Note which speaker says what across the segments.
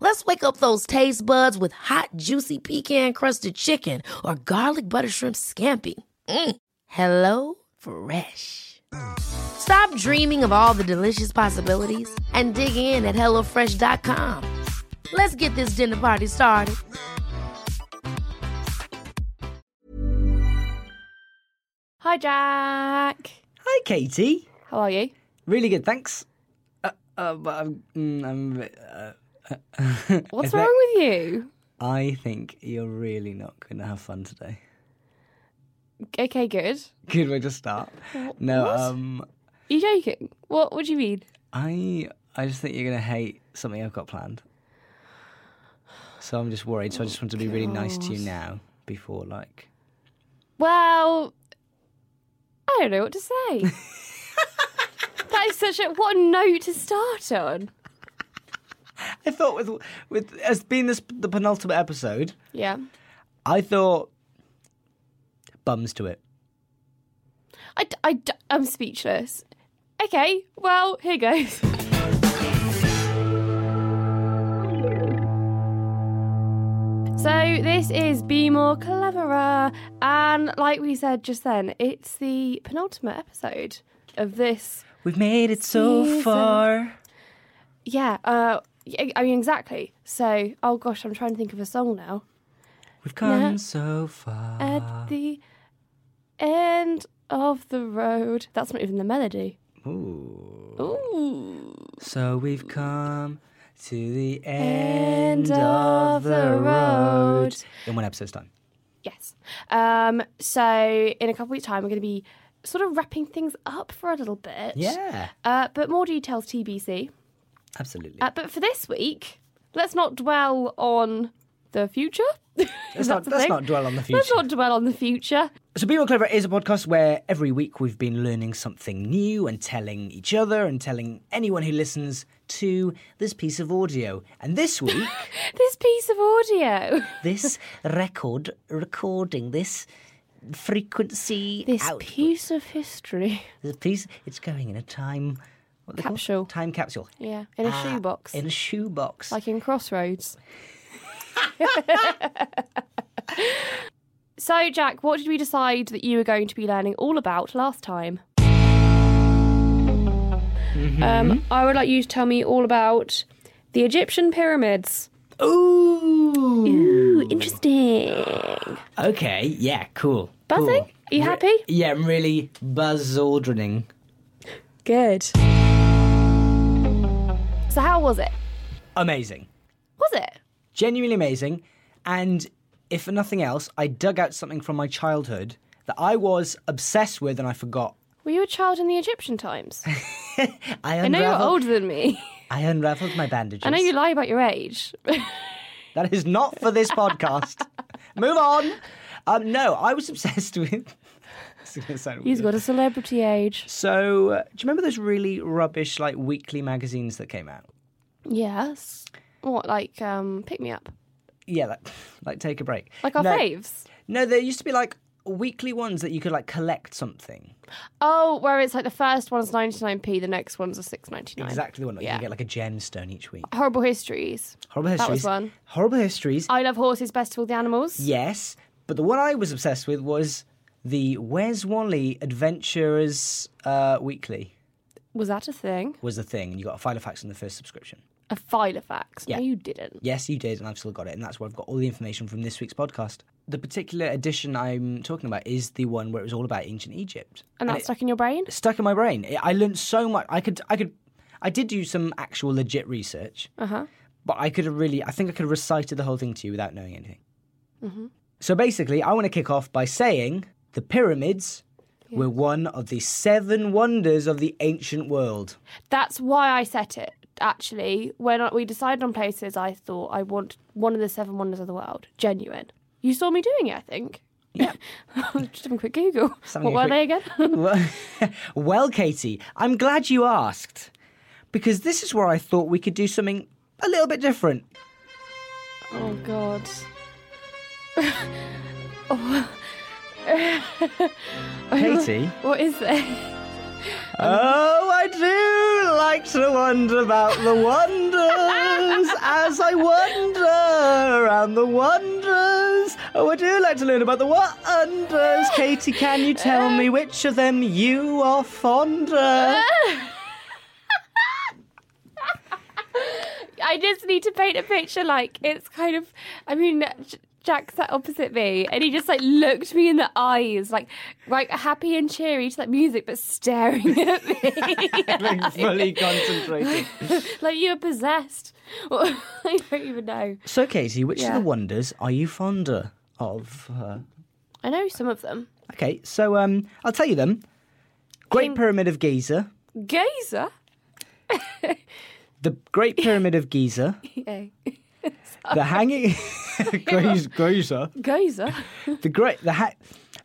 Speaker 1: Let's wake up those taste buds with hot, juicy pecan crusted chicken or garlic butter shrimp scampi. Mm. Hello Fresh. Stop dreaming of all the delicious possibilities and dig in at HelloFresh.com. Let's get this dinner party started.
Speaker 2: Hi, Jack.
Speaker 3: Hi, Katie.
Speaker 2: How are you?
Speaker 3: Really good, thanks. Uh, uh, but I'm, mm, I'm a bit, uh,
Speaker 2: What's
Speaker 3: Is that-
Speaker 2: wrong with you?
Speaker 3: I think you're really not going to have fun today.
Speaker 2: Okay, good.
Speaker 3: Good way to start. No,
Speaker 2: what?
Speaker 3: um,
Speaker 2: You joking? What? What do you mean?
Speaker 3: I, I just think you're going to hate something I've got planned. So I'm just worried. So I just want to be really nice to you now before, like,
Speaker 2: Well, I don't know what to say. that is such a what a note to start on.
Speaker 3: I thought with with as being this the penultimate episode,
Speaker 2: Yeah.
Speaker 3: I thought bums to it.
Speaker 2: I, d- I, d- I'm speechless. Okay, well, here goes. So, this is Be More Cleverer. And like we said just then, it's the penultimate episode of this.
Speaker 3: We've made it so
Speaker 2: Season.
Speaker 3: far.
Speaker 2: Yeah, uh, y- I mean, exactly. So, oh gosh, I'm trying to think of a song now.
Speaker 3: We've come
Speaker 2: Yeah. Uh,
Speaker 3: so far.
Speaker 2: At the end of the road. That's not even the melody.
Speaker 3: Ooh.
Speaker 2: Ooh.
Speaker 3: So we've come to the
Speaker 2: End
Speaker 3: end,
Speaker 2: of
Speaker 3: of the
Speaker 2: the road.
Speaker 3: road. In one episode's time.
Speaker 2: Yes. Um, so in a couple weeks' time, we're going to be sort of wrapping things up for a little bit.
Speaker 3: Yeah,
Speaker 2: Uh, but more details TBC.
Speaker 3: absolutely.
Speaker 2: Uh, but for this week, let's not dwell on the future.
Speaker 3: let's not,
Speaker 2: That's a
Speaker 3: let's
Speaker 2: thing.
Speaker 3: not dwell on the
Speaker 2: Let's
Speaker 3: future.
Speaker 2: not dwell on the future.
Speaker 3: So, Be More Clever is a podcast where every week we've been learning something new and telling each other and telling anyone who listens to this piece of audio. And this week,
Speaker 2: This piece of audio,
Speaker 3: this record, recording this frequency,
Speaker 2: this
Speaker 3: out,
Speaker 2: piece of history.
Speaker 3: this piece, it's going in a time what they call it?
Speaker 2: Capsule.
Speaker 3: Time capsule.
Speaker 2: Yeah, in
Speaker 3: Ah,
Speaker 2: a shoebox,
Speaker 3: In a shoebox.
Speaker 2: like in Crossroads. so, Jack, what did we decide that you were going to be learning all about last time? Um, I would like you to tell me all about the Egyptian pyramids.
Speaker 3: Ooh.
Speaker 2: Ooh, interesting.
Speaker 3: Okay, yeah, cool.
Speaker 2: Buzzing?
Speaker 3: cool.
Speaker 2: Are you happy?
Speaker 3: Yeah, I'm really buzzordering.
Speaker 2: Good. So, how was it?
Speaker 3: Amazing.
Speaker 2: Was it?
Speaker 3: Genuinely amazing. And if for nothing else, I dug out something from my childhood that I was obsessed with and I forgot.
Speaker 2: Were you a child in the Egyptian times?
Speaker 3: I,
Speaker 2: I know
Speaker 3: unraveled,
Speaker 2: you're older than me.
Speaker 3: I unraveled my bandages.
Speaker 2: I know you lie about your age.
Speaker 3: That is not for this podcast. Move on. Um, no, I was obsessed with. It's gonna sound
Speaker 2: He's got
Speaker 3: weird.
Speaker 2: a celebrity age.
Speaker 3: So, uh, do you remember those really rubbish like weekly magazines that came out?
Speaker 2: Yes. What, like, um, pick me up?
Speaker 3: Yeah, like, like take a break.
Speaker 2: Like our
Speaker 3: No.
Speaker 2: faves?
Speaker 3: No, there used to be like weekly ones that you could like collect something.
Speaker 2: Oh, where it's like the first one's 99p, the next one's a 6.99.
Speaker 3: Exactly the one that
Speaker 2: Yeah.
Speaker 3: you get like a gemstone each week.
Speaker 2: Horrible histories.
Speaker 3: Horrible histories.
Speaker 2: That was one.
Speaker 3: Horrible histories.
Speaker 2: I love horses, best of all the animals.
Speaker 3: yes, but the one I was obsessed with was the Where's Wally Adventurers uh, Weekly
Speaker 2: Was that a thing?
Speaker 3: was the thing, and you got a file of facts on the first subscription.
Speaker 2: A file of facts.
Speaker 3: Yeah.
Speaker 2: No, you didn't.
Speaker 3: Yes, you did, and I've still got it, and that's where I've got all the information from this week's podcast. The particular edition I'm talking about is the one where it was all about ancient Egypt.
Speaker 2: And that's stuck in your brain?
Speaker 3: stuck in my brain. I- I learned so much. I could, I could, I did do some actual legit research,
Speaker 2: Uh huh.
Speaker 3: but I could have really, I think I could have recited the whole thing to you without knowing anything. So basically, I want to kick off by saying the pyramids were one of the seven wonders of the ancient world.
Speaker 2: That's why I set it. Actually, when I- we decided on places, I thought I want one of the seven wonders of the world. Genuine. You saw me doing it, I think. Yeah. Just having a quick Google. what
Speaker 3: having a
Speaker 2: were they again?
Speaker 3: well, well, Katie, I'm glad you asked because this is where I thought we could do something a little bit different.
Speaker 2: oh God.
Speaker 3: Katie?
Speaker 2: What is it?
Speaker 3: Oh, I do like to wonder about the wonders as I wander around the wonders. Oh, I do like to learn about the wonders. Katie, can you tell me which of them you are fonder?
Speaker 2: I just need to paint a picture. Like it's kind of. I mean, J- Jack sat opposite me, and he just like looked me in the eyes, like like happy and cheery to that music, but staring at me.
Speaker 3: Like, fully concentrated.
Speaker 2: like you were possessed. I don't even know.
Speaker 3: So, Katie, which
Speaker 2: Yeah.
Speaker 3: of the wonders are you fonder of? Uh,
Speaker 2: I know some of them.
Speaker 3: okay, so um, I'll tell you them. Great
Speaker 2: King-
Speaker 3: Pyramid of Giza,
Speaker 2: Gazer.
Speaker 3: the Great Pyramid of Giza,
Speaker 2: Yeah.
Speaker 3: the Hanging Giza, Giza.
Speaker 2: Gazer.
Speaker 3: the great the ha-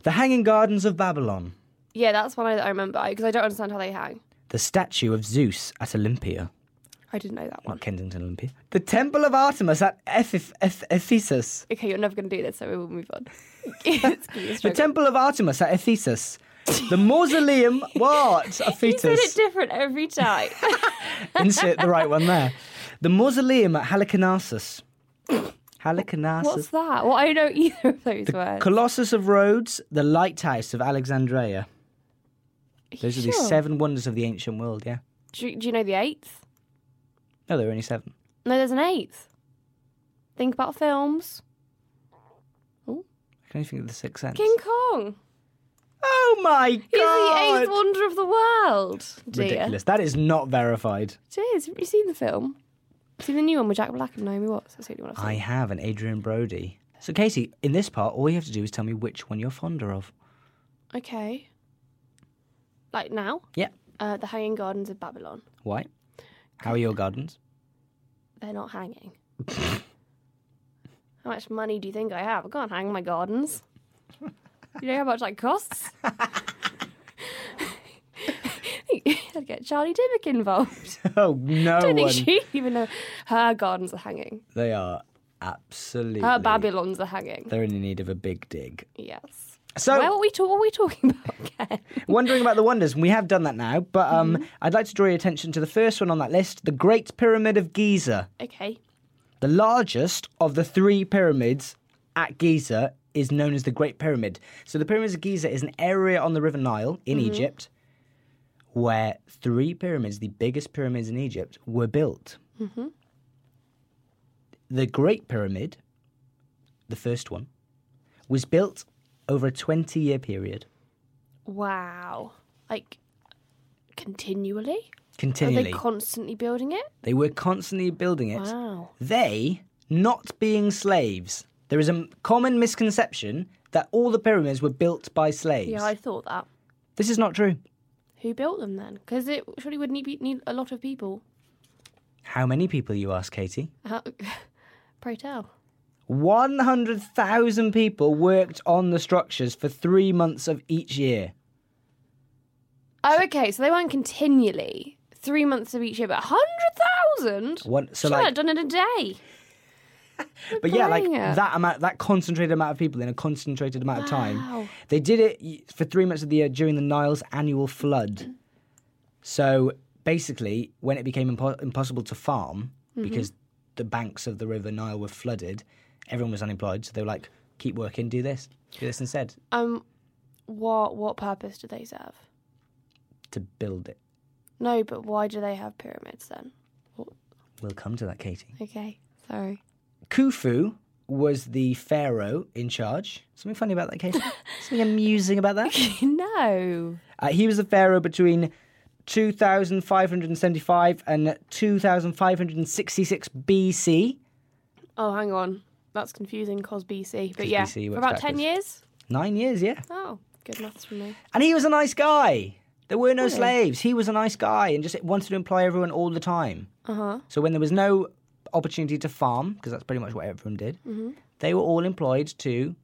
Speaker 3: the Hanging Gardens of Babylon,
Speaker 2: yeah, that's one I, that I remember because I don't understand how they hang.
Speaker 3: the statue of Zeus at Olympia,
Speaker 2: I didn't know that one.
Speaker 3: not Kensington Olympia, the Temple of Artemis at Eph- Eph- Ephesus,
Speaker 2: Okay, you're never going to do this, so we will move on. It's gonna be a
Speaker 3: the
Speaker 2: struggle.
Speaker 3: Temple of Artemis at Ephesus, the mausoleum what a
Speaker 2: You said it
Speaker 3: fetus.
Speaker 2: different every time.
Speaker 3: Insert the right one there. The mausoleum at Halicarnassus. Halicarnassus.
Speaker 2: What's that? Well, I don't know either of those words.
Speaker 3: Colossus of Rhodes, the lighthouse of Alexandria. Those are the
Speaker 2: Sure.
Speaker 3: seven wonders of the ancient world, yeah.
Speaker 2: Do, you- do you know the eighth?
Speaker 3: No, there are only seven.
Speaker 2: No, there's an eighth. Think about films.
Speaker 3: I can only think of the six sense.
Speaker 2: King Kong.
Speaker 3: Oh my god!
Speaker 2: He's the eighth wonder of the world. Dear.
Speaker 3: Ridiculous. That is not verified.
Speaker 2: It is. Have you seen the film? Seen the new one with Jack Black and Naomi Watts? That's the only one I've seen.
Speaker 3: I have an Adrian Brody. So Katie, in this part, all you have to do is tell me which one you're fonder of.
Speaker 2: Okay. Like now,
Speaker 3: Yeah.
Speaker 2: uh, the Hanging Gardens of Babylon.
Speaker 3: Why? How are your gardens?
Speaker 2: They're not hanging. how much money do you think I have? I can't hang my gardens. You know how much that costs? I'd get Charlie Dimmock involved.
Speaker 3: Oh no
Speaker 2: I don't think she even know her gardens are hanging.
Speaker 3: They are absolutely.
Speaker 2: Her Babylons are hanging.
Speaker 3: They're in need of a big dig.
Speaker 2: Yes.
Speaker 3: So
Speaker 2: Where were we ta- what were we talking about again?
Speaker 3: wondering about the wonders, and we have done that now. But um, I'd like to draw your attention to the first one on that list: the Great Pyramid of Giza.
Speaker 2: okay.
Speaker 3: The largest of the three pyramids at Giza is known as the Great Pyramid. So the pyramids of Giza is an area on the River Nile in Egypt where three pyramids, the biggest pyramids in Egypt, were built. The Great Pyramid, the first one, was built over a 20 year period.
Speaker 2: Wow. Like continually? Are
Speaker 3: Continually.
Speaker 2: they constantly building it?
Speaker 3: They were constantly building it.
Speaker 2: Wow.
Speaker 3: They, not being slaves, there is a m- common misconception that all the pyramids were built by slaves.
Speaker 2: Yeah, I thought that.
Speaker 3: This is not true.
Speaker 2: Who built them then? Because it surely would need, need a lot of people.
Speaker 3: How many people, you ask, Katie?
Speaker 2: How, pray tell.
Speaker 3: 100,000 people worked on the structures for three months of each year.
Speaker 2: Oh, okay. So they weren't continually three months of each year, but hundred thousand.
Speaker 3: One- so,
Speaker 2: Should
Speaker 3: like-
Speaker 2: have done it in a day.
Speaker 3: But yeah, like
Speaker 2: Blimey.
Speaker 3: that amount, that concentrated amount of people in a concentrated amount of time.
Speaker 2: Wow.
Speaker 3: They did it y- for three months of the year during the Nile's annual flood. So basically, when it became impo- impossible to farm because the banks of the river Nile were flooded, everyone was unemployed. So they were like, keep working, do this, do this instead
Speaker 2: Um, what what purpose do they serve?
Speaker 3: to build it.
Speaker 2: No, but why do they have pyramids then?
Speaker 3: We'll come to that, Katie.
Speaker 2: Okay, sorry.
Speaker 3: Khufu was the pharaoh in charge. Something funny about that, Katie? Something amusing about that?
Speaker 2: no.
Speaker 3: Uh, he was the pharaoh between 2575 and 2566 BC.
Speaker 2: Oh, hang on. That's confusing, cos BC. But
Speaker 3: 'Cause
Speaker 2: yeah,
Speaker 3: BC
Speaker 2: for
Speaker 3: works
Speaker 2: about 10
Speaker 3: backwards.
Speaker 2: years.
Speaker 3: Nine years, yeah.
Speaker 2: Oh, good maths from me.
Speaker 3: And he was a nice guy. There were no slaves. He was a nice guy and just wanted to employ everyone all the time. Uh-huh. So when there was no opportunity to farm, because that's pretty much what everyone did, they were all employed to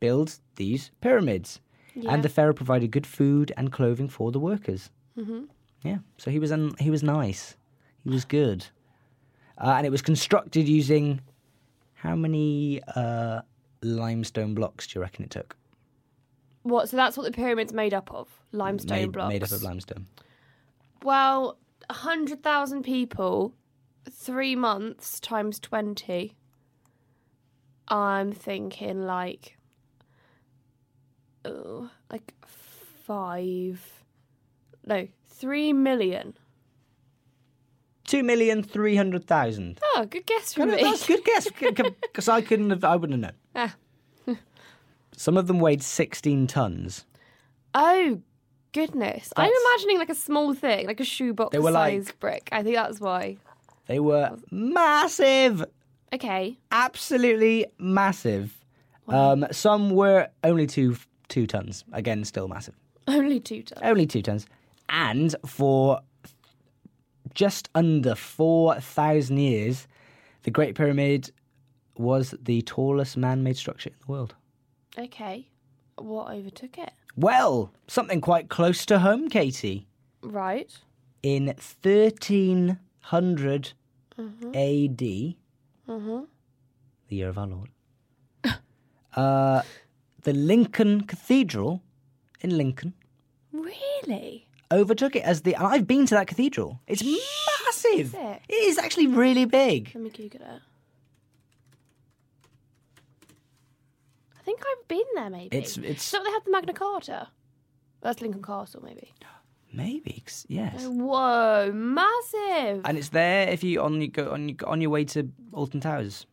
Speaker 3: build these pyramids. And the pharaoh provided good food and clothing for the workers. Mm-hmm. Yeah. So he was un- he was nice. He was good. Uh, and it was constructed using how many uh, limestone blocks do you reckon it took?
Speaker 2: What? So that's what the pyramid's made up of? Limestone
Speaker 3: made,
Speaker 2: blocks.
Speaker 3: made up of limestone.
Speaker 2: Well, 100,000 people, three months times 20. I'm thinking like, oh, like five, no, three million.
Speaker 3: Two million three hundred thousand.
Speaker 2: Oh, good guess from me.
Speaker 3: That's a good guess because I couldn't have. I wouldn't have known.
Speaker 2: Ah.
Speaker 3: Some of them weighed sixteen tons.
Speaker 2: Oh, goodness. I'm
Speaker 3: That's-
Speaker 2: imagining like a small thing, like a shoebox
Speaker 3: They were
Speaker 2: size
Speaker 3: like-
Speaker 2: brick. I think that's why.
Speaker 3: They were massive,
Speaker 2: Okay.
Speaker 3: absolutely massive. Um, some were only two two tons. Again, still massive.
Speaker 2: Only two tons.
Speaker 3: Only two tons, and for just under four thousand years, the Great Pyramid was the tallest man-made structure in the world.
Speaker 2: Okay. What overtook it?
Speaker 3: Well, something quite close to home, Katie.
Speaker 2: Right.
Speaker 3: In 1300
Speaker 2: Mm-hmm.
Speaker 3: AD, the year of our Lord, uh, the Lincoln Cathedral in Lincoln
Speaker 2: Really?
Speaker 3: overtook it as the. And I've been to that cathedral. It's massive.
Speaker 2: Sick.
Speaker 3: It is actually really big.
Speaker 2: Let me Google it. I think I've been there, maybe.
Speaker 3: It's- it's-
Speaker 2: So they have the Magna Carta. That's Lincoln Castle, maybe.
Speaker 3: Maybe, 'cause- yes.
Speaker 2: Whoa, massive!
Speaker 3: And it's there if you on you go on you, on your way to Alton Towers.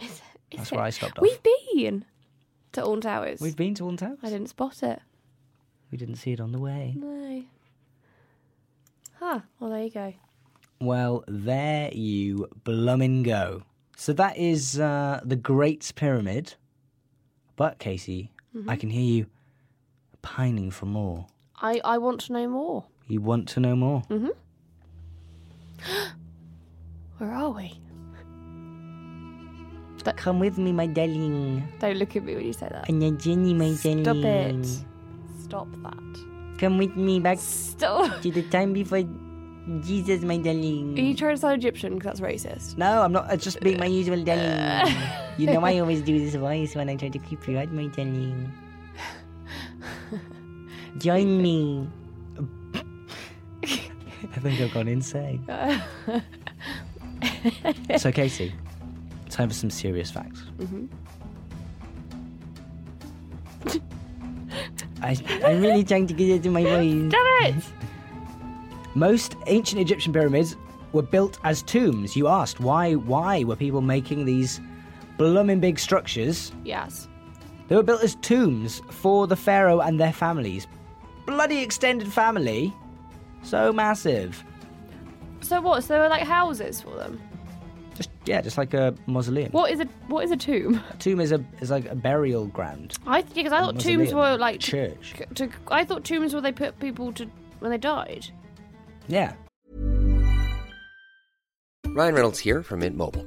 Speaker 2: Is it-
Speaker 3: That's
Speaker 2: is
Speaker 3: where
Speaker 2: it-
Speaker 3: I stopped off.
Speaker 2: We've been to Alton Towers.
Speaker 3: We've been to Alton Towers.
Speaker 2: I didn't spot it.
Speaker 3: We didn't see it on the way.
Speaker 2: No. Huh. Well, there you go.
Speaker 3: Well, there you blummin' go. So that is uh, the Great Pyramid. But, Casey,
Speaker 2: Mm-hmm.
Speaker 3: I can hear you pining for more.
Speaker 2: I I want to know more.
Speaker 3: You want to know more.
Speaker 2: Mm-hmm. Where are we?
Speaker 3: Come with me, my darling.
Speaker 2: Don't look at me when you say that.
Speaker 3: On your journey, my darling.
Speaker 2: Stop it. Stop that.
Speaker 3: Come with me back
Speaker 2: Stop.
Speaker 3: to the time before Jesus, my darling.
Speaker 2: Are you trying to sound Egyptian? Because that's racist.
Speaker 3: No, I'm not. It's just being my usual darling. you know, I always do this voice when I try to keep you out, my darling. Join me. I think I've gone insane. so, Casey, time for some serious facts. I, I'm really trying to get it into my voice.
Speaker 2: Damn it!
Speaker 3: Most ancient Egyptian pyramids were built as tombs. You asked why why were people making these blooming big structures?
Speaker 2: Yes.
Speaker 3: They were built as tombs for the pharaoh and their families. Bloody extended family. So massive.
Speaker 2: So what? So they were like houses for them.
Speaker 3: Just yeah, just like a mausoleum.
Speaker 2: What is a what is a tomb?
Speaker 3: A tomb is a is like a burial ground.
Speaker 2: I think because I thought tombs
Speaker 3: mausoleum,
Speaker 2: were like to,
Speaker 3: church.
Speaker 2: to. I thought tombs were they put people to when they died.
Speaker 3: Yeah.
Speaker 4: Ryan Reynolds here from Mint Mobile.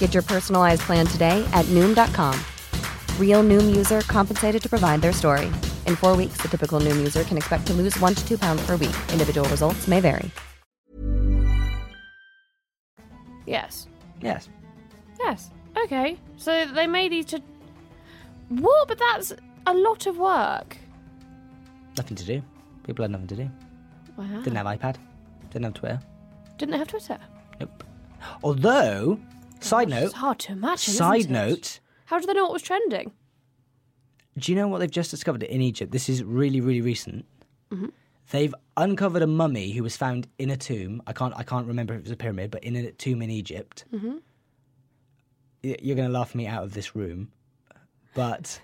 Speaker 5: Get your personalized plan today at Noom.com. Real Noom user compensated to provide their story. In four weeks, the typical Noom user can expect to lose one to two pounds per week. Individual results may vary.
Speaker 2: Yes.
Speaker 6: Yes.
Speaker 2: Yes. Okay. So they made these to. What? But that's a lot of work.
Speaker 3: Nothing to do. People had nothing to do.
Speaker 2: Wow.
Speaker 3: Didn't have iPad. Didn't have Twitter.
Speaker 2: Didn't they have Twitter?
Speaker 3: Nope. Although, side note,
Speaker 2: It's hard to imagine.
Speaker 3: side
Speaker 2: isn't it?
Speaker 3: note,
Speaker 2: How do they know what was trending?
Speaker 3: do you know what they've just discovered in Egypt? This is really, really recent. They've uncovered a mummy who was found in a tomb. I can't, I can't remember if it was a pyramid, but in a tomb in Egypt. Mm-hmm. You're going to laugh me out of this room, but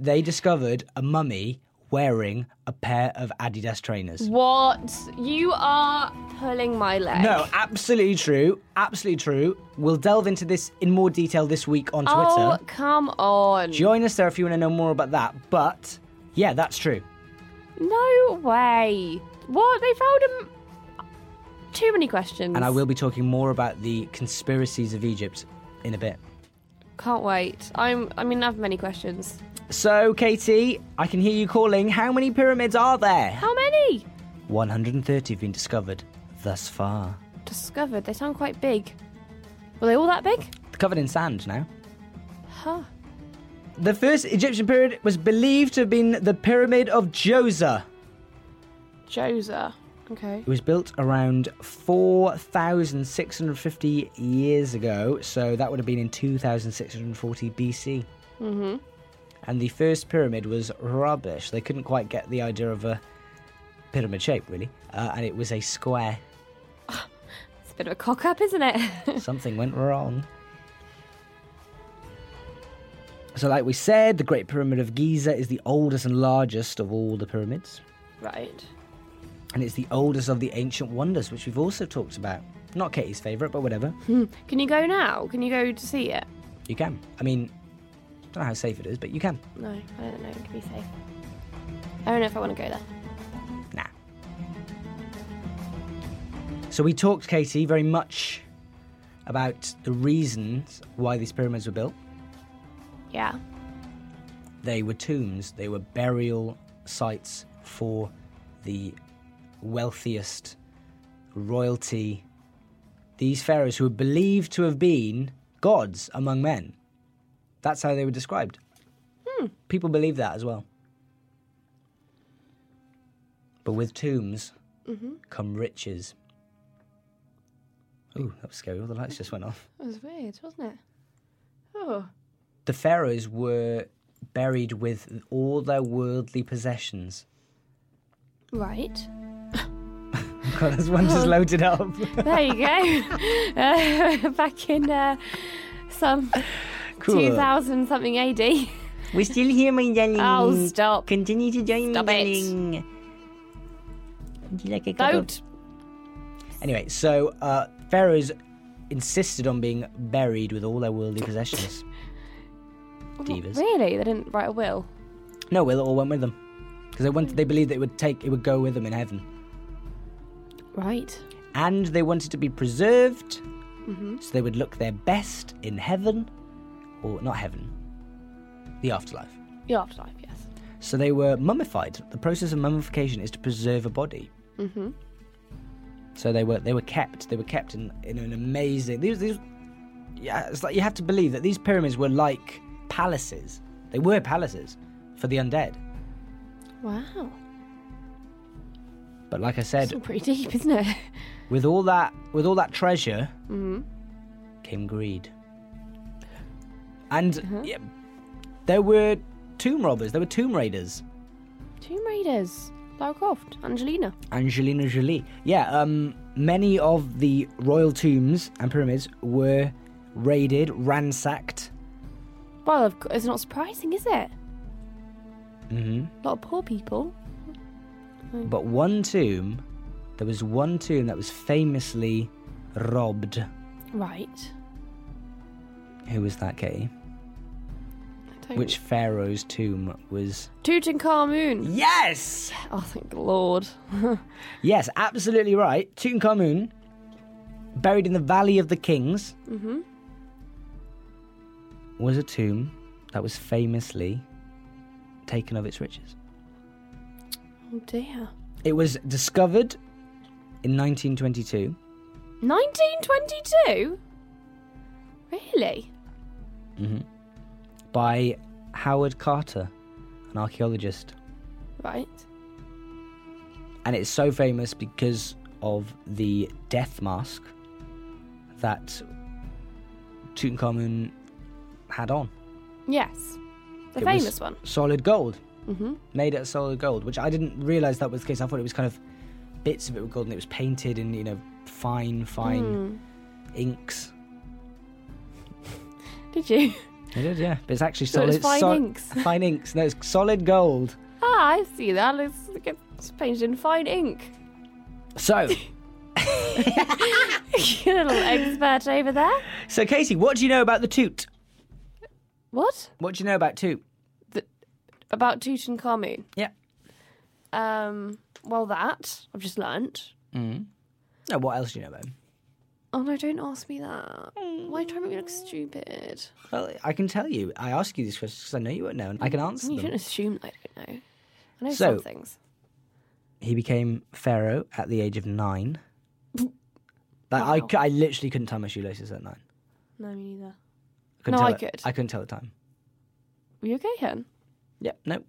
Speaker 3: they discovered a mummy wearing a pair of Adidas trainers.
Speaker 2: What? You are pulling my leg.
Speaker 3: No, absolutely true. Absolutely true. We'll delve into this in more detail this week on
Speaker 2: Oh,
Speaker 3: Twitter.
Speaker 2: come on.
Speaker 3: Join us there if you want to know more about that. But yeah, that's true.
Speaker 2: No way. What? They found him. Too many questions.
Speaker 3: And I will be talking more about the conspiracies of Egypt in a bit.
Speaker 2: Can't wait. I'm. I mean, I have many questions.
Speaker 3: So, Katie, I can hear you calling. How many pyramids are there?
Speaker 2: How many?
Speaker 3: 130 have been discovered thus far.
Speaker 2: Discovered. They sound quite big. Were they all that big?
Speaker 3: They're covered in sand now.
Speaker 2: Huh.
Speaker 3: The first Egyptian pyramid was believed to have been the Pyramid of Djoser.
Speaker 2: Joser. Okay.
Speaker 3: It was built around 4,650 years ago, so that would have been in 2,640 BC.
Speaker 2: Mm-hmm.
Speaker 3: And the first pyramid was rubbish. They couldn't quite get the idea of a pyramid shape, really. Uh, and it was a square.
Speaker 2: It's a bit of a cock up, isn't it?
Speaker 3: Something went wrong. So, like we said, the Great Pyramid of Giza is the oldest and largest of all the pyramids.
Speaker 2: right.
Speaker 3: And it's the oldest of the ancient wonders, which we've also talked about. Not Katie's favourite, but whatever.
Speaker 2: Can you go now? Can you go to see it?
Speaker 3: You can. I mean, don't know how safe it is, but you can.
Speaker 2: No, I don't know. It could be safe. I don't know if I want to go there.
Speaker 3: Nah. So we talked, Katie, very much about the reasons why these pyramids were built.
Speaker 2: Yeah.
Speaker 3: They were tombs, they were burial sites for the wealthiest royalty. These pharaohs who were believed to have been gods among men. That's how they were described. People believe that as well. But with tombs come riches. Ooh, that was scary. All the lights just went off.
Speaker 2: That was weird, wasn't it? Oh.
Speaker 3: The pharaohs were buried with all their worldly possessions.
Speaker 2: Right.
Speaker 3: God, this one just loaded up.
Speaker 2: There you go. uh, back in uh, some
Speaker 3: Cool.
Speaker 2: 2000 something AD.
Speaker 3: We're still here, my darling.
Speaker 2: Oh, stop.
Speaker 3: Continue to join
Speaker 2: Stop
Speaker 3: me,
Speaker 2: it.
Speaker 3: darling. Would you like a cup of-
Speaker 2: Don't.
Speaker 3: Anyway, so uh, pharaohs insisted on being buried with all their worldly possessions. Divas.
Speaker 2: Really? They didn't write a will.
Speaker 3: No, well, it all went with them because they wanted. They believed that it would take. It would go with them in heaven.
Speaker 2: Right.
Speaker 3: and they wanted to be preserved so they would look their best in heaven or not heaven the afterlife
Speaker 2: The afterlife, yes.
Speaker 3: so they were mummified the process of mummification is to preserve a body
Speaker 2: Mm-hmm.
Speaker 3: so they were they were kept they were kept in, in an amazing these these yeah it's like you have to believe that these pyramids were like palaces they were palaces for the undead
Speaker 2: Wow.
Speaker 3: but like i
Speaker 2: It's
Speaker 3: said
Speaker 2: all pretty deep, isn't it?
Speaker 3: with all that with all that treasure
Speaker 2: Mm-hmm.
Speaker 3: came greed. And
Speaker 2: Uh-huh.
Speaker 3: yeah, there were tomb robbers, there were tomb raiders.
Speaker 2: Tomb Raiders. Lara Croft. Angelina.
Speaker 3: Angelina Jolie. Yeah, um, many of the royal tombs and pyramids were raided, ransacked.
Speaker 2: Well, of course, it's not surprising, is it?
Speaker 3: Mm-hmm.
Speaker 2: A lot of poor people.
Speaker 3: But one tomb there was one tomb that was famously robbed.
Speaker 2: Right.
Speaker 3: Who was that, Katie?
Speaker 2: Don't-
Speaker 3: Which pharaoh's tomb was?
Speaker 2: Tutankhamun.
Speaker 3: Yes.
Speaker 2: Oh, thank Lord.
Speaker 3: Yes, absolutely right. Tutankhamun, buried in the Valley of the Kings,
Speaker 2: mm-hmm.
Speaker 3: was a tomb that was famously taken of its riches.
Speaker 2: Oh dear.
Speaker 3: It was discovered in 1922.
Speaker 2: 1922. Really?
Speaker 3: hmm By Howard Carter, an archaeologist.
Speaker 2: Right.
Speaker 3: And it's so famous because of the death mask that Tutankhamun had on.
Speaker 2: Yes. The
Speaker 3: It was
Speaker 2: famous one.
Speaker 3: Solid gold.
Speaker 2: Mm-hmm.
Speaker 3: Made out of solid gold, which I didn't realise that was the case. I thought it was kind of bits of it were gold and it was painted in, you know, fine, fine
Speaker 2: Hmm.
Speaker 3: inks.
Speaker 2: Did you?
Speaker 3: It is, yeah. But it's actually
Speaker 2: Thought it was
Speaker 3: solid
Speaker 2: fine
Speaker 3: sol-
Speaker 2: inks.
Speaker 3: Fine inks. No, it's solid gold.
Speaker 2: Ah, I see that. It's, it's painted in fine ink.
Speaker 3: So,
Speaker 2: You're a little expert over there.
Speaker 3: so Casey, what do you know about the toot?
Speaker 2: What?
Speaker 3: What do you know about toot?
Speaker 2: About Tutankhamun?
Speaker 3: Yeah.
Speaker 2: Um. Well, that I've just learnt.
Speaker 3: Mm. No, what else do you know about him?
Speaker 2: Oh no! Don't ask me that. Why try and make me look stupid?
Speaker 3: Well, I can tell you. I ask you these questions because I know you won't know, and I can answer
Speaker 2: You
Speaker 3: them.
Speaker 2: shouldn't assume that I don't know. I know
Speaker 3: So-
Speaker 2: some things.
Speaker 3: He became pharaoh at the age of nine. Like, I,
Speaker 2: Wow.
Speaker 3: cou- I literally couldn't tie my shoelaces at nine.
Speaker 2: No, me neither.
Speaker 3: I couldn't
Speaker 2: No,
Speaker 3: tell
Speaker 2: I
Speaker 3: it-
Speaker 2: could.
Speaker 3: I couldn't tell the time.
Speaker 2: Were you okay, Hen?
Speaker 3: Yep. Nope.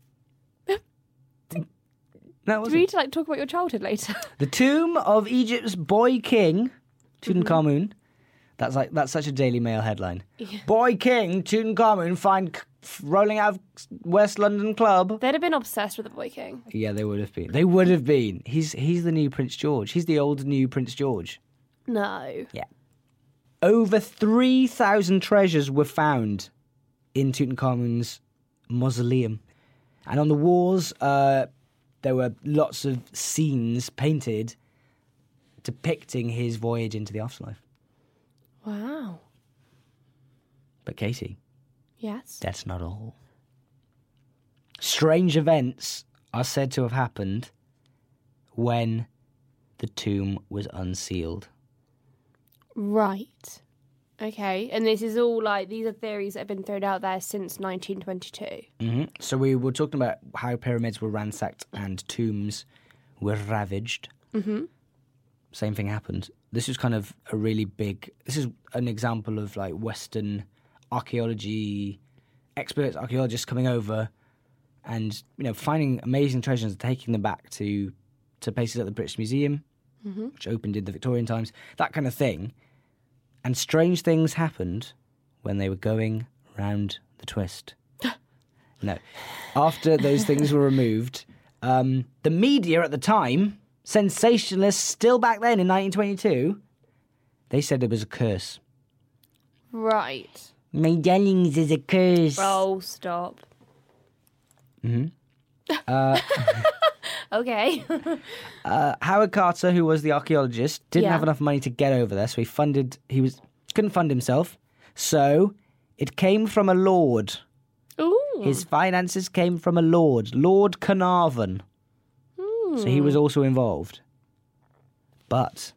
Speaker 3: no, it
Speaker 2: Do
Speaker 3: wasn't.
Speaker 2: we need to like talk about your childhood later?
Speaker 3: The tomb of Egypt's boy king, Tutankhamun. That's like that's such a Daily Mail headline. Boy king Tutankhamun find c- f- rolling out of West London club.
Speaker 2: They'd have been obsessed with the Boy King.
Speaker 3: Yeah, they would have been. They would have been. He's he's the new Prince George. He's the old new Prince George.
Speaker 2: No.
Speaker 3: Yeah. Over three thousand treasures were found in Tutankhamun's mausoleum, and on the walls uh, there were lots of scenes painted depicting his voyage into the afterlife.
Speaker 2: Wow.
Speaker 3: But Katie,
Speaker 2: Yes.
Speaker 3: that's not all. Strange events are said to have happened when the tomb was unsealed.
Speaker 2: Right. Okay. And this is all like these are theories that have been thrown out there since 1922.
Speaker 3: hmm So we were talking about how pyramids were ransacked and tombs were ravaged.
Speaker 2: Mm-hmm.
Speaker 3: Same thing happened. This is kind of a really big. This is an example of like Western archaeology experts, archaeologists coming over and you know finding amazing treasures and taking them back to to places like the British Museum,
Speaker 2: Mhm.
Speaker 3: which opened in the Victorian times, that kind of thing. And strange things happened when they were going round the twist. No. After those things were removed, um, the media at the time, sensationalists still back then in 1922, they said it was a curse.
Speaker 2: Right.
Speaker 3: My darlings is a curse.
Speaker 2: Oh, stop.
Speaker 3: hmm Uh,
Speaker 2: Okay.
Speaker 3: uh, Howard Carter, who was the archaeologist, didn't
Speaker 2: Yeah.
Speaker 3: have enough money to get over there, so he funded. He was couldn't fund himself, so it came from a lord.
Speaker 2: Ooh.
Speaker 3: His finances came from a lord, Lord Carnarvon. So he was also involved. But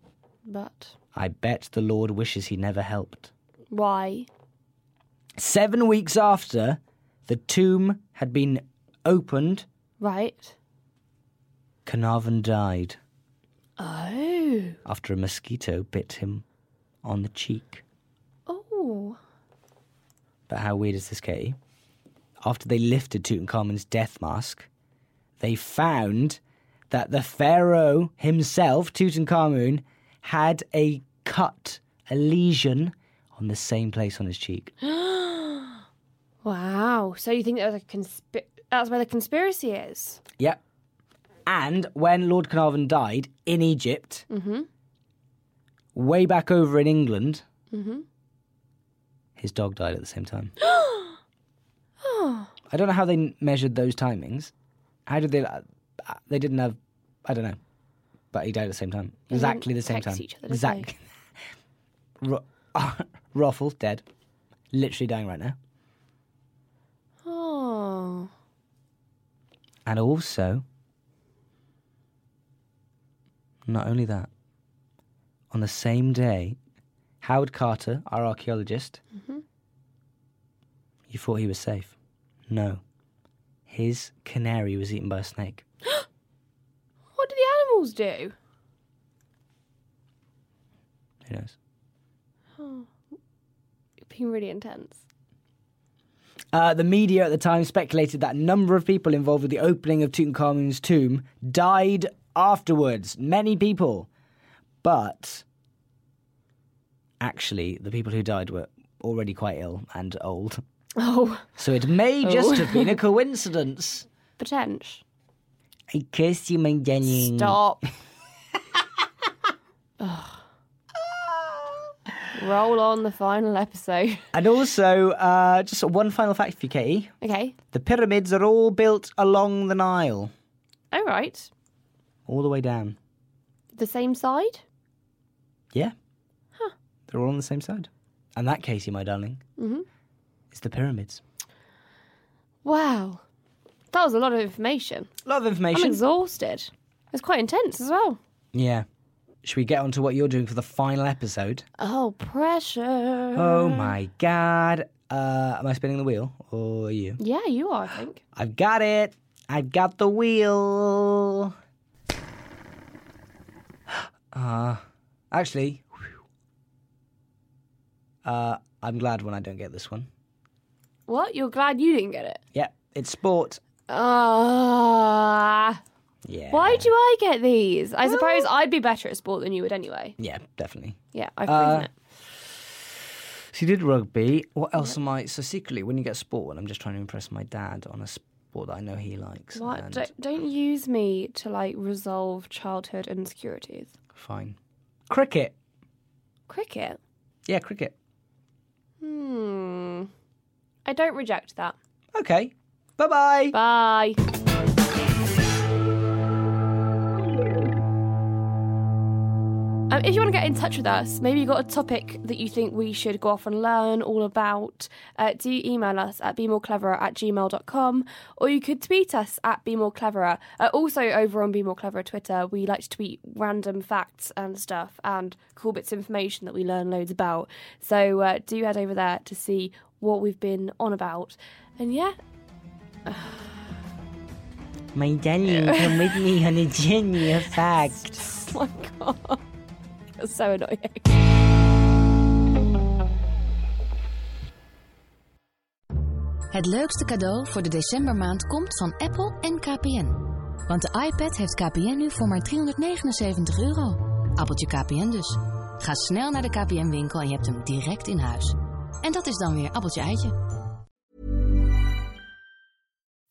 Speaker 2: But
Speaker 3: I bet the Lord wishes he never helped.
Speaker 2: why?
Speaker 3: Seven weeks after the tomb had been opened,
Speaker 2: Right.
Speaker 3: Carnarvon died
Speaker 2: Oh.
Speaker 3: after a mosquito bit him on the cheek.
Speaker 2: Oh.
Speaker 3: But how weird is this, Katie? After they lifted Tutankhamun's death mask, they found that the pharaoh himself, Tutankhamun, had a cut, a lesion on the same place on his cheek.
Speaker 2: Wow. So you think that was a consp- that's where the conspiracy is?
Speaker 3: Yep. And when Lord Carnarvon died in Egypt,
Speaker 2: Mm-hmm.
Speaker 3: way back over in England,
Speaker 2: Mm-hmm.
Speaker 3: his dog died at the same time.
Speaker 2: Oh.
Speaker 3: I don't know how uh, they measured those timings. How did they? They didn't have. I don't know. but he died at the same time.
Speaker 2: Yeah, we didn't
Speaker 3: exactly the same
Speaker 2: text
Speaker 3: time.
Speaker 2: each other, did
Speaker 3: Exactly. Ro- Raffles dead, literally dying right now.
Speaker 2: Oh.
Speaker 3: And also, not only that, on the same day, Howard Carter, our archaeologist,
Speaker 2: Mm-hmm.
Speaker 3: you thought he was safe. No. His canary was eaten by a snake.
Speaker 2: What do the animals do?
Speaker 3: Who knows?
Speaker 2: Oh. You've been really intense.
Speaker 3: Uh, the media at the time speculated that a number of people involved with the opening of Tutankhamun's tomb died afterwards. Many people. But actually, the people who died were already quite ill and old.
Speaker 2: Oh.
Speaker 3: So it may just
Speaker 2: Oh.
Speaker 3: have been a coincidence.
Speaker 2: Potential.
Speaker 3: I curse you, my Jenny.
Speaker 2: Stop. Ugh. Roll on the final episode.
Speaker 3: And also, uh, just one final fact for you, Katie.
Speaker 2: Okay.
Speaker 3: The pyramids are all built along the Nile,
Speaker 2: All right.
Speaker 3: all the way down.
Speaker 2: The same side?
Speaker 3: Yeah. They're all on the same side. And that, Casey, my darling,
Speaker 2: Mm-hmm.
Speaker 3: is the pyramids.
Speaker 2: Wow. That was a lot of information.
Speaker 3: A lot of information.
Speaker 2: I'm exhausted. It's quite intense as well.
Speaker 3: Yeah. Should we get on to what you're doing for the final episode?
Speaker 2: Oh, pressure. Uh.
Speaker 3: Oh my god. Uh, am I spinning the wheel? Or are you?
Speaker 2: Yeah, you are, I think.
Speaker 3: I've got it. I've got the wheel. Uh, actually, uh, I'm glad when I don't get this one.
Speaker 2: What? You're glad you didn't get it?
Speaker 3: Yeah, it's sport.
Speaker 2: Ah.
Speaker 3: Yeah. Uh.
Speaker 2: Why do I get these? I suppose I'd be better at sport than you would anyway.
Speaker 3: Yeah, definitely.
Speaker 2: Yeah, I've proven
Speaker 3: Uh,
Speaker 2: it.
Speaker 3: She did rugby. What else am I? So secretly, when you get sport, and I'm just trying to impress my dad on a sport that I know he likes.
Speaker 2: What?
Speaker 3: and-
Speaker 2: Don't, don't use me to like resolve childhood insecurities.
Speaker 3: Fine. Cricket.
Speaker 2: Cricket?
Speaker 3: Yeah, cricket.
Speaker 2: Hmm. I don't reject that.
Speaker 3: Okay. Bye bye.
Speaker 2: Bye. Um, if you want to get in touch with us, maybe you've got a topic that you think we should go off and learn all about, uh, do email us at bemorecleverer at gmail.com or you could tweet us at bemorecleverer. Uh, also, over on Be More Cleverer Twitter, we like to tweet random facts and stuff and cool bits of information that we learn loads about. So uh, do head over there to see what we've been on about. And yeah,
Speaker 3: My darling, come with me on a journey of facts.
Speaker 2: Oh my god. That's so annoying.
Speaker 1: Het leukste cadeau voor de decembermaand komt van Apple en KPN. Want de iPad heeft KPN nu voor maar 379 euro. Appeltje KPN dus. Ga snel naar de KPN-winkel en je hebt hem direct in huis. En dat is dan weer appeltje eitje.